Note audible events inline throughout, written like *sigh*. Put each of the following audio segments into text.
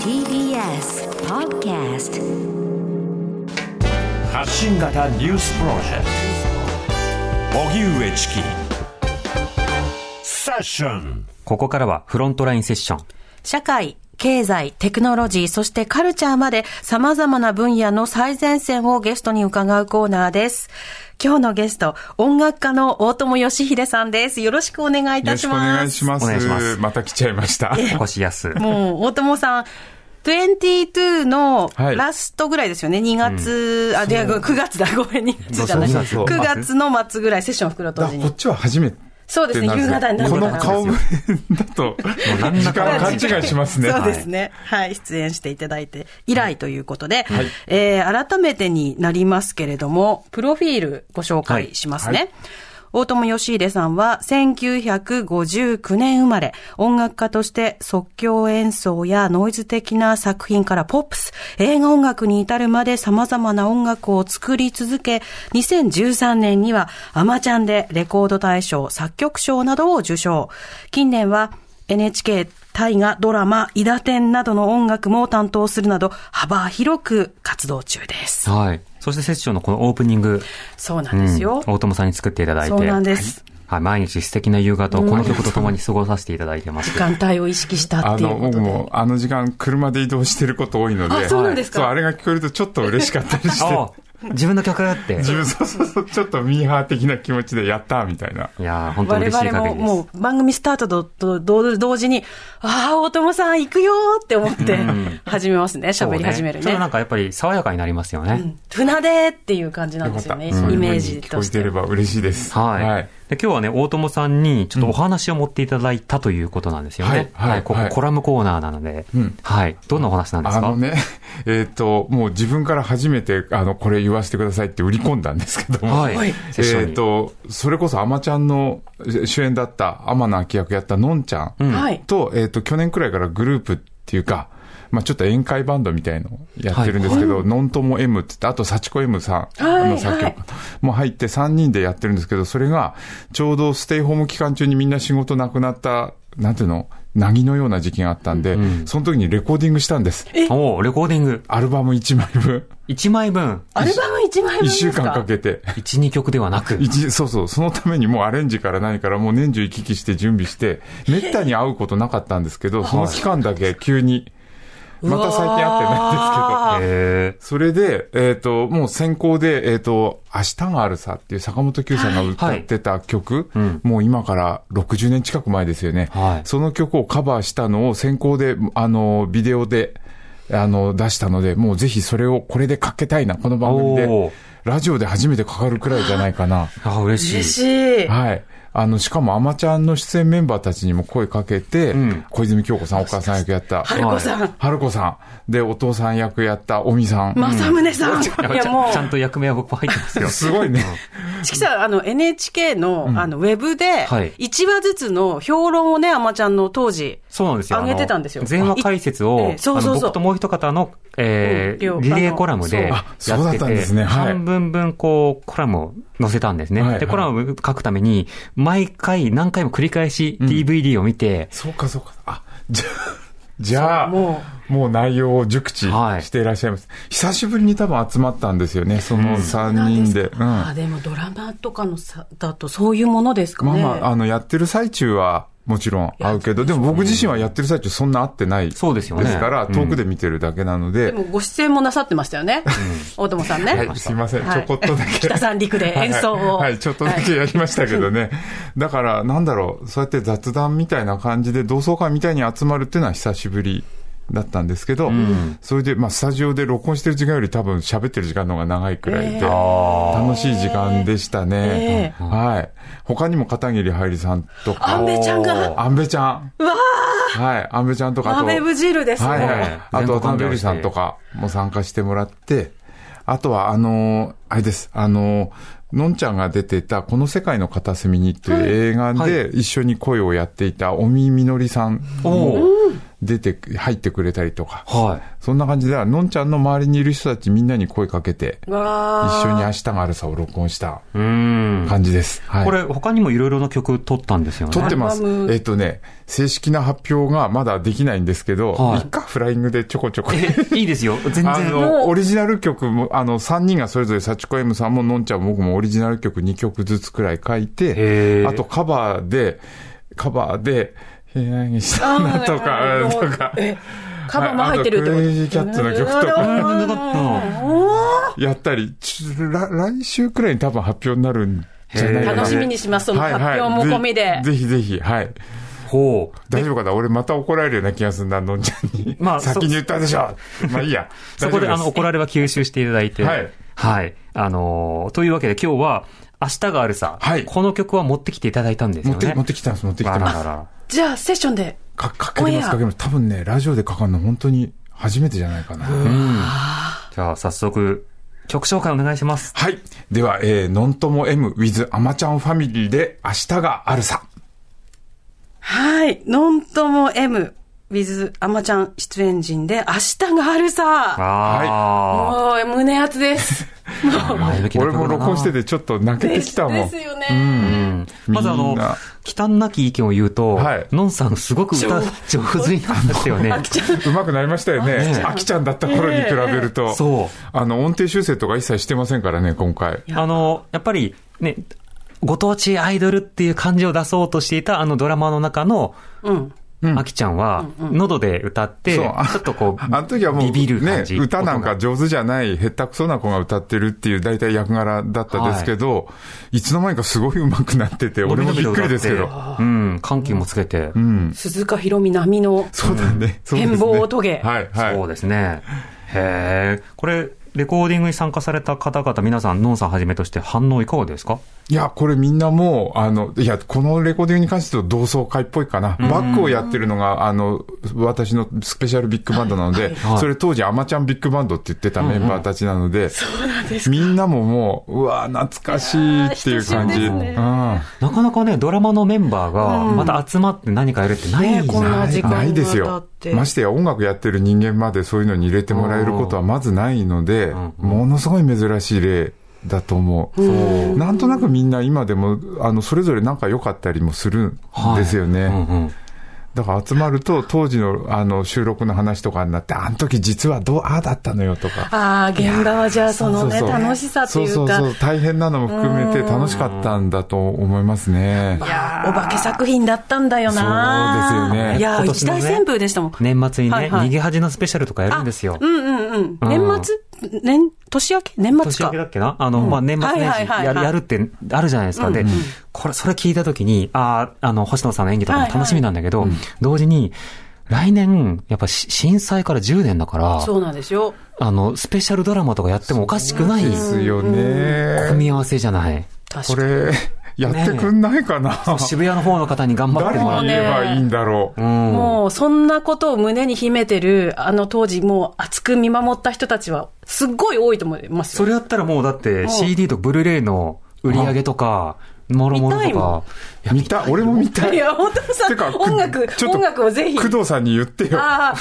TBS Podcast 発信型ニュースプロジェクト荻上チキセッションここからはフロントラインセッション。社会、経済、テクノロジー、そしてカルチャーまで様々な分野の最前線をゲストに伺うコーナーです。今日のゲスト、音楽家の大友義秀さんです。よろしくお願いいよたろししくお願まいす。します。おま願いしますた来ちゃいました。お越しやす。もう、大友さん、22のはいラストぐらいですよね。2月、あ、で、9月だ。ごめん、2月じゃない。そうそうそう9月の末ぐらい、セッション袋とだじこにっ。ちは初めてそうですね、なん夕方になるこかのら。顔ぶれだと、何ら時か間をの勘違いしますね。そうではいすね。はい。出演していただいて以来ということで、えー改めてになりますけれども、プロフィールご紹介しますね。大友義秀さんは1959年生まれ、音楽家として即興演奏やノイズ的な作品からポップス、映画音楽に至るまで様々な音楽を作り続け、2013年にはアマチャンでレコード大賞、作曲賞などを受賞。近年は NHK 大河ドラマ、伊田天などの音楽も担当するなど、幅広く活動中です。はい。そしてセッションのこのオープニング。そうなんですよ。うん大友さんに作っていただいて。そうなんですはい。はい毎日素敵な夕方をこの曲と共に過ごさせていただいてま *laughs* 時す。間帯を意識したあっていうの、こ僕とで。も、あの時間、車で移動してること多いので、あそうなんですかそう、あれが聞こえるとちょっと嬉しかったりして、あ自分の曲 *laughs* って。自分、そうそうそう、ちょっとミーハー的な気持ちで、やったーみたいな。いやー、本当我嬉しい限り々もです。もう番組スタートとと同同時に、ああ、大友さん行くよーって思って始めますね、そう喋り始めるちょっとなねん。かやっぱり爽やかになりますよね。船でっていう感じなんですよね、イそういうメ風ーにジ聞ことえしててれ。ば嬉しいです。はい、で。今日はね、大友さんにちょっとお話を持っていただいたということなんですよね。うんはいはいここはいコラムコーナーなので。うんはい。どんなお話なんですあかのね、えっ、と、もう自分から初めて、あの、これ言わせてくださいって売り込んだんですけども、はいはいえっ、と、それこそ、あまちゃんのえ主演だった、天野明役やったのんちゃうんんはい。と、えっ、と、去年くらいからグループっていうか、まあちょっと宴会バンドみたいのをやってるんですけど、のんとも M って言って、あと、幸子 M さん、はいあの作曲はいも入って3人でやってるんですけど、それが、ちょうどステイホーム期間中にみんな仕事なくなった、なんていうの、なぎのような時期があったんで、その時にレコーディングしたんです。おーレコーディング。アルバム1枚分、 1枚分、アルバム1枚分1ですか週間かけて。 1、2曲ではなく。一そうそう、そのためにもうアレンジから何からもう年中行き来して準備して、めったに会うことなかったんですけど、その期間だけ急に、また最近会ってないんですけど、あへーそれで、えっ、と、もう先行で、えっ、と、明日があるさっていう坂本九さんが歌ってた曲、うんもう今から60年近く前ですよね。はいその曲をカバーしたのを先行で、あの、ビデオで、あの、出したので、もうぜひそれをこれでかけたいな、この番組おでー。ラジオで初めてかかるくらいじゃないかな。あ、嬉嬉ししい。い。 *laughs* はい。あの、しかも、アマちゃんの出演メンバーたちにも声かけて、ん小泉京子さん、お母さん役やった、春子さん、春子さん、で、お父さん役やった、おみさん。正宗さやん。いばいや、ちゃんもうちゃ。んと役名は僕も入って *laughs* ますよ。すごいね。チキさん、あの、NHK の、あの、ウェブで、はい1話ずつの評論をね、あまちゃんの当時。そうなんですよ。上げてたんですよあの全話解説いをえ、えそうそあうそうの僕ともう一方の、えうー、んリレーコラムでそうやあってて、そうだったんですねはい半分分こう、コラムを載せたんですね。はいはいで、コラムを書くために、毎回何回も繰り返し DVD を見て、そうか、そうか。あ、じゃあ、じゃあ、ももう、内容を熟知はいしていらっしゃいます。久しぶりに多分集まったんですよね、その3人で。うん。あ、でもドラマとかのさ、だとそういうものですかまあね。まあ、あの、やってる最中は、もちろん会うけど、でも僕自身はやってる最中そんな会ってない。そうですよねですから、うん遠くで見てるだけなのでで、もご出演もなさってましたよね。大友さんね。はい、すいません、はいちょこっとだけ。北三陸で演奏をはいはい、はいちょっとだけやりましたけどね。だから、なんだろう、そうやって雑談みたいな感じで、同窓会みたいに集まるっていうのは久しぶりだったんですけど、それで、まあ、スタジオで録音してる時間より多分喋ってる時間の方が長いくらいで、えー楽しい時間でしたね。えはい。他にも片桐はいりさんと安か、倍ちゃんが、安倍ちゃん。はい、安倍ちゃんとかと安倍ブジルですね。はいははいい。あとは、田辺さんとかも参加してもらって、あとは、あのーあれです、あのーのんちゃんが出てた、この世界の片隅にという映画はいで一緒に声をやっていた、尾身みのりさんもお出て、入ってくれたりとか。はそんな感じで、のんちゃんの周りにいる人たちみんなに声かけて、わー一緒に明日があるさを録音したい。うーん。感じです。はいこれ、他にもいろいろな曲撮ったんですよね。撮ってますアルバ。ムえっとね、正式な発表がまだできないんですけど、はいいっか、フライングでちょこちょこ。え、いいですよ。全然。あもの、うオリジナル曲も、あの、3人がそれぞれ、幸子 M さんも、のんちゃんも僕もオリジナル曲2曲ずつくらい書いへて、ーあとカバーで、カバーで、部屋にしたなとあか、ーとか、えカバーも入ってるってことあとクレイジーキャッツの曲とかあーなかっやったり、ちょら来週くらいに多分発表になるんじゃないかな。楽しみにします、そのはい発はい表も込みで。ぜひぜひ、はい。た。ほう。大丈夫かな俺また怒られるような気がするな、のんちゃんに。まあそ先に言ったでしょまあいいや。そこで、あ大丈の、夫す怒られは吸収していただいて。はい。はい。あのーというわけで今日は、明日があるさ。はいこの曲は持ってきていただいたんです持よって、ね。持ってきたんです、持ってきてます。あららじゃあ、セッションで。か、かけオンまエす、アかけます。多分ね、ラジオでかかるの本当に初めてじゃないかな。じゃあ、早速、曲紹介お願いします。はい。では、えー、のんとも M with あまちゃんファミリーで明日があるさ。はい。ノントモ M with アマちゃん出演陣で明日があるさ。あもう胸熱 *laughs* です。あ。前向きな俺曲だなも録音しててちょっと泣けてきたもでんす。よね。うんまずあみのんな、忌憚なき意見を言うとはい、のんさんすごく歌上手になりましたよね。うまくなりましたよね。あきちゃんだった頃に比べると。そう。あの、音程修正とか一切してませんからね、今回。あの、やっぱりね、ご当地アイドルっていう感じを出そうとしていたあのドラマの中の、うん。あきちゃんは、喉で歌って、ちそうあょっとこう、 *laughs* あの時はもう、ビビる感じ。ね、歌なん音かが。上手じゃない、下手くそな子が歌ってるっていう大体役柄だったですけど、い、つの間にかすごい上手くなってて、俺もびっくりですけど。うん、緩急もつけて。鈴鹿ひろみ並みの。そうだね。そうですね変貌を遂げはい、はい。そうですね。へえ。これ、レコーディングに参加された方々、皆さん、のんさんはじめとして反応いかがですかいや、これみんなもう、あの、いや、このレコーディングに関しては同窓会っぽいかな。バックをやってるのが、あの、私のスペシャルビッグバンドなので、はいそれ当時アマちゃんビッグバンドって言ってたメンバーたちなので、みんなももう、うわ懐かしいっていう感じ。いやー久しぶりですねうんなかなかね、ドラマのメンバーが、また集まって何かやるってないねこんな時間ないですがよ経って。ましてや音楽やってる人間までそういうのに入れてもらえることはまずないので、んものすごい珍しい例だと思う。なんとなくみんな今でも、あの、それぞれ仲良かったりもするんはいですよね。うんうんだから集まると当時のあの収録の話とかになって、あの時実はどう、ああだったのよとか。ああ、現場はじゃあそのね、そうそう楽しさっていうか。そうそうそう、大変なのも含めて楽しかったんだと思いますね。いやーお化け作品だったんだよなそうですよねいや今ー、年一のね大旋風でしたもん。年末にはね、いはい逃げ恥のスペシャルとかやるんですよ。うんうんうん。年末年、年明け年年末明かけ。だっけなあの、まあ、年末年はいはいは始いはやいやるってあるじゃないですか。で、これ、それ聞いたときに、ああ、あの、星野さんの演技とかも楽しみなんだけど、同時に、来年、やっぱし震災から10年だから、そうなんですよ。あの、スペシャルドラマとかやってもおかしくないですよね。組み合わせじゃない。確こかに。れ、やってくんないかな、渋谷の方の方に頑張って誰もらっにて。言えばいいんだろう。もう、そんなことを胸に秘めてる、あの当時、もう熱く見守った人たちは、すっごい多いと思いますそよ。れやったらもうだってん CD とブルーレイの売り上げとか、もろもろ見たいともかん。いや見たい、俺も見たいい。や、本当さてか、く音楽ち、ょっと音楽をぜひ。工藤さんに言ってよ。ああ、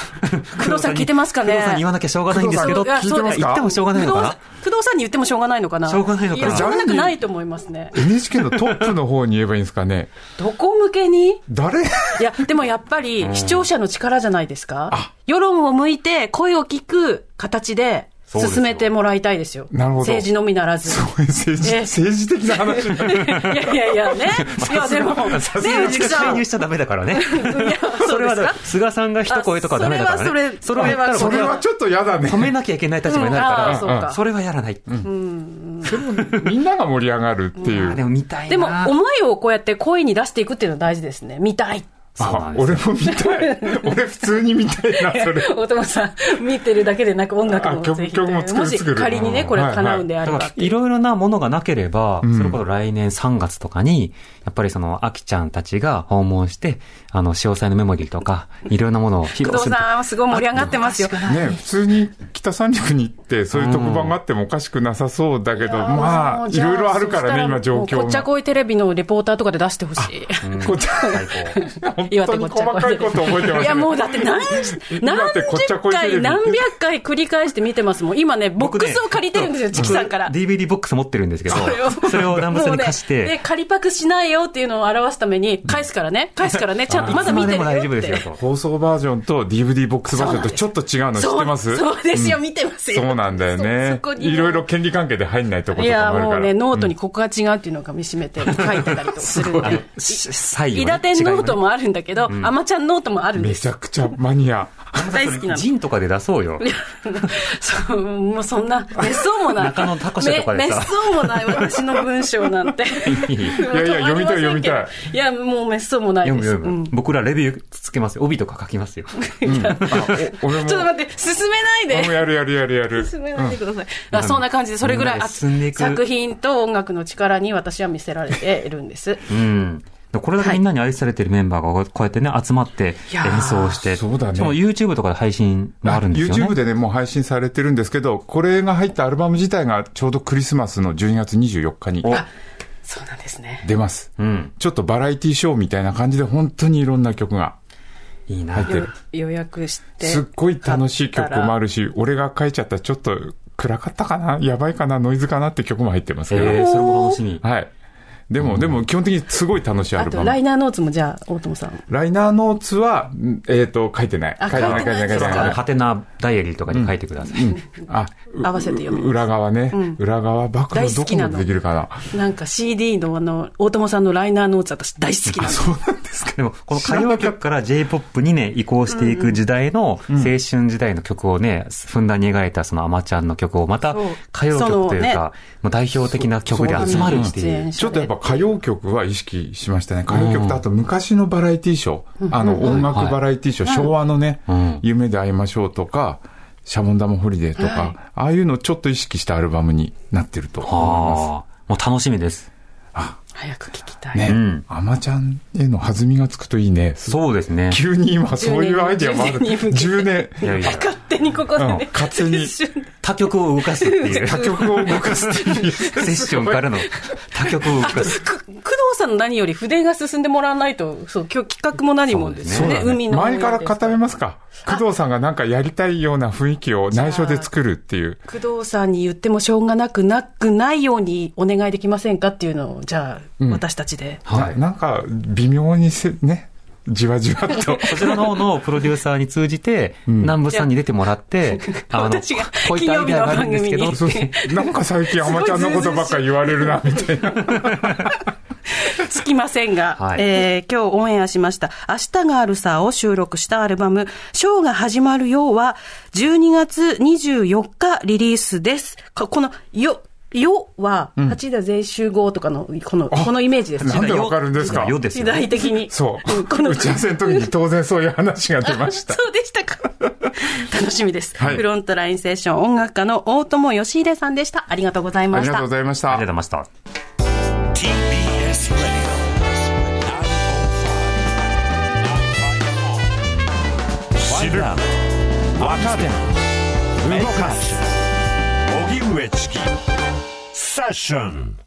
*laughs* 工藤さん聞いてますかね工藤さんに言わなきゃしょうがないんですけど、工藤さ聞いんてますか言ってもしょうがないのかな工藤さんに言ってもしょうがないのかなしょうがないのかなやしょうがなくないと思いますね。 NHK のトップの方に言えばいいんですかね。どこ向けに誰いや、でもやっぱり、視聴者の力じゃないですか。世論を向いて、声を聞く形で、そうですよ進めてもらいたいですよ。なるほど政治のみならず。政治、え政治的な話になる。いやいやいや、 *laughs* ね。いや、でも、ね、さすが内に木さ介ん。い入やしちゃダメだからね。そそれれははだ、菅さんが一声とかダメだからね。あそれはそれを言ったらそれはちょっと嫌だね止。めなきゃいけない立場になるから、うんあーそうかそれはやらない。みんなが盛り上がるってあいーでう。も見たいな。でも、思いをこうやって声に出していくっていうのは大事ですね。見たい。そうなあんですよ俺も見たい。俺普通に見たいな、*laughs* それ。お友さん、見てるだけでなく音楽あも曲ぜひ。曲も作るもし作る仮にね、これはいはい叶うんであだれば。から、いろいろなものがなければ、それこそ来年3月とかに、やっぱりその、アキちゃんたちが訪問して、あの、詳細のメモリーとか、いろんなものを披工露す藤ると。さん、すごい盛り上がってますよ。ね、普通に北三陸に行っって、そういう特番があってもおかしくなさそうだけど、まあ、いろいろあるからね、今状況が。こっちゃこいテレビのレポーターとかで出してほしい。 *laughs* こっちゃ本当に細かいこと覚えてますね。いや、もうだって何、岩何手こっちゃ十こいテレビ回、何百回繰り返して見てますもん。今ね、ボックスを借りてるんですよ、チキさんから。 DVD ボックス持ってるんですけど、それを南部さんに貸しもうねで、て、借りパクしないよっていうのを表すために、返すからね、返すからね、ちゃんとまだ見てるいつよまって。でも大丈夫ですよと。放送バージョンと DVD ボックスバージョンとちょっと違うの知ってますそうそうですよ、見てますよ。そうなんだよねそそこ。にいろいろ権利関係で入んないとこいとかや、もあるもかうら。ね、ノートにここが違うっていうのをかみしめて書いてたりとかする *laughs* んあ *laughs* での。、左伊ダ天ノートもあるんだけど、アマちゃんノートもあるんでめす。ちゃくちゃマニア。大好きなの。ジンとかで出そうよ。そう、もうそんな、滅相もない。中野タコシとかでさめ滅相もない私の文章なんて。いい *laughs* や読みたい読みたい。いや、もう滅相もない読でむす。読む、うん僕らレビューつけますよ。帯とか書きますよ。俺 *laughs* もちょっと待って、進めないで俺。もやるやるやるやる。進めないでください。あそんな感じで、それぐらいあ進んでいく作品と音楽の力に私は見せられているんです。うん。これだけみんなに愛されてるメンバーがこうやってね、集まってやー演奏して、そうだねしかも YouTube とかで配信もあるんですよね。 YouTube でね、もう配信されてるんですけど、これが入ったアルバム自体がちょうどクリスマスの12月24日にそうなんですね。出ます。うん。ちょっとバラエティショーみたいな感じで本当にいろんな曲がいいな。入ってる。予約して。すっごい楽しい曲もあるし、俺が書いちゃったちょっと暗かったかなやばいかなノイズかなって曲も入ってますけど。えー、それも楽しみ。はい。でも、でも基本的にすごい楽しいアあルと、バライム。ナーノーツもじゃあ、大友さん。ライナーノーツは、んえっ、と、書いてない。あ書いてない、書いてない、書いてない。ハテナダイアリーとかに書いてください。あ、う合わせて読みます裏側ね。裏側、バックのどこまでできるかな。なんか CD のあの、大友さんのライナーノーツ私大好きなの。そうなんですか。 *laughs* でも、この歌謡曲から J-POP にね、移行していく時代の、青春時代の曲をね、ふんだんに描いたそのアマちゃんの曲を、またそう歌謡曲というそのか、もう代表的な曲で集まるってそういなう。んですちょっとやっぱ歌謡曲は意識しましたね。歌謡曲とあと昔のバラエティショー。あの音楽バラエティショー、昭和のね、夢で会いましょうとか、シャボン玉ホリデーとか、ああいうのをちょっと意識したアルバムになってると思います。ああ、もう楽しみです。早く聞きたい。ねうん、アマちゃんへの弾みがつくといいね。そうですね。急に今そういうアイデアもある。10 10年。いやいや、勝手にここでうんね。勝手に一瞬他曲を動かすって *laughs* いう。他曲を動かすってい *laughs* う。セッションからの他曲を動か *laughs* す。く工藤さんの何より筆が進んでもらわないと、そう、今日企画も何もですそようね。海の。前から固めますか。工藤さんがなんかやりたいような雰囲気を内緒で作るっていう。工藤さんに言ってもしょうがなくなくないようにお願いできませんかっていうのを、じゃあ、私たちで。はななんか微妙にせ、ね、じわじわっ *laughs* と。こちらの方のプロデューサーに通じて、南部さんに出てもらって、あの、私がこういったアイデア *laughs* があるんですけど、金曜日の番組にそうそうなんか最近、あまちゃんのことばっかり言われるな、みたいな。つきませんが、 *laughs* はいえー今日オンエアしました、明日があるさを収録したアルバム、ショーが始まるようは、12月24日リリースです。かこの、よ、よは、八田全集合とかの、この、このイメージです。なんでわかるんですか世です時よね。代的に。そう。んこの打ち合わせの時に当然そういう話が出ま *laughs* *laughs* した。そうでしたか。 *laughs* 楽しみです、はいフロントラインセッション音楽家の大友義秀さんでした。ありがとうございあまりしがとたうご。ざいましありたがとうござ。いました。 TBS Radio 知る分かる動かす荻上チキセッション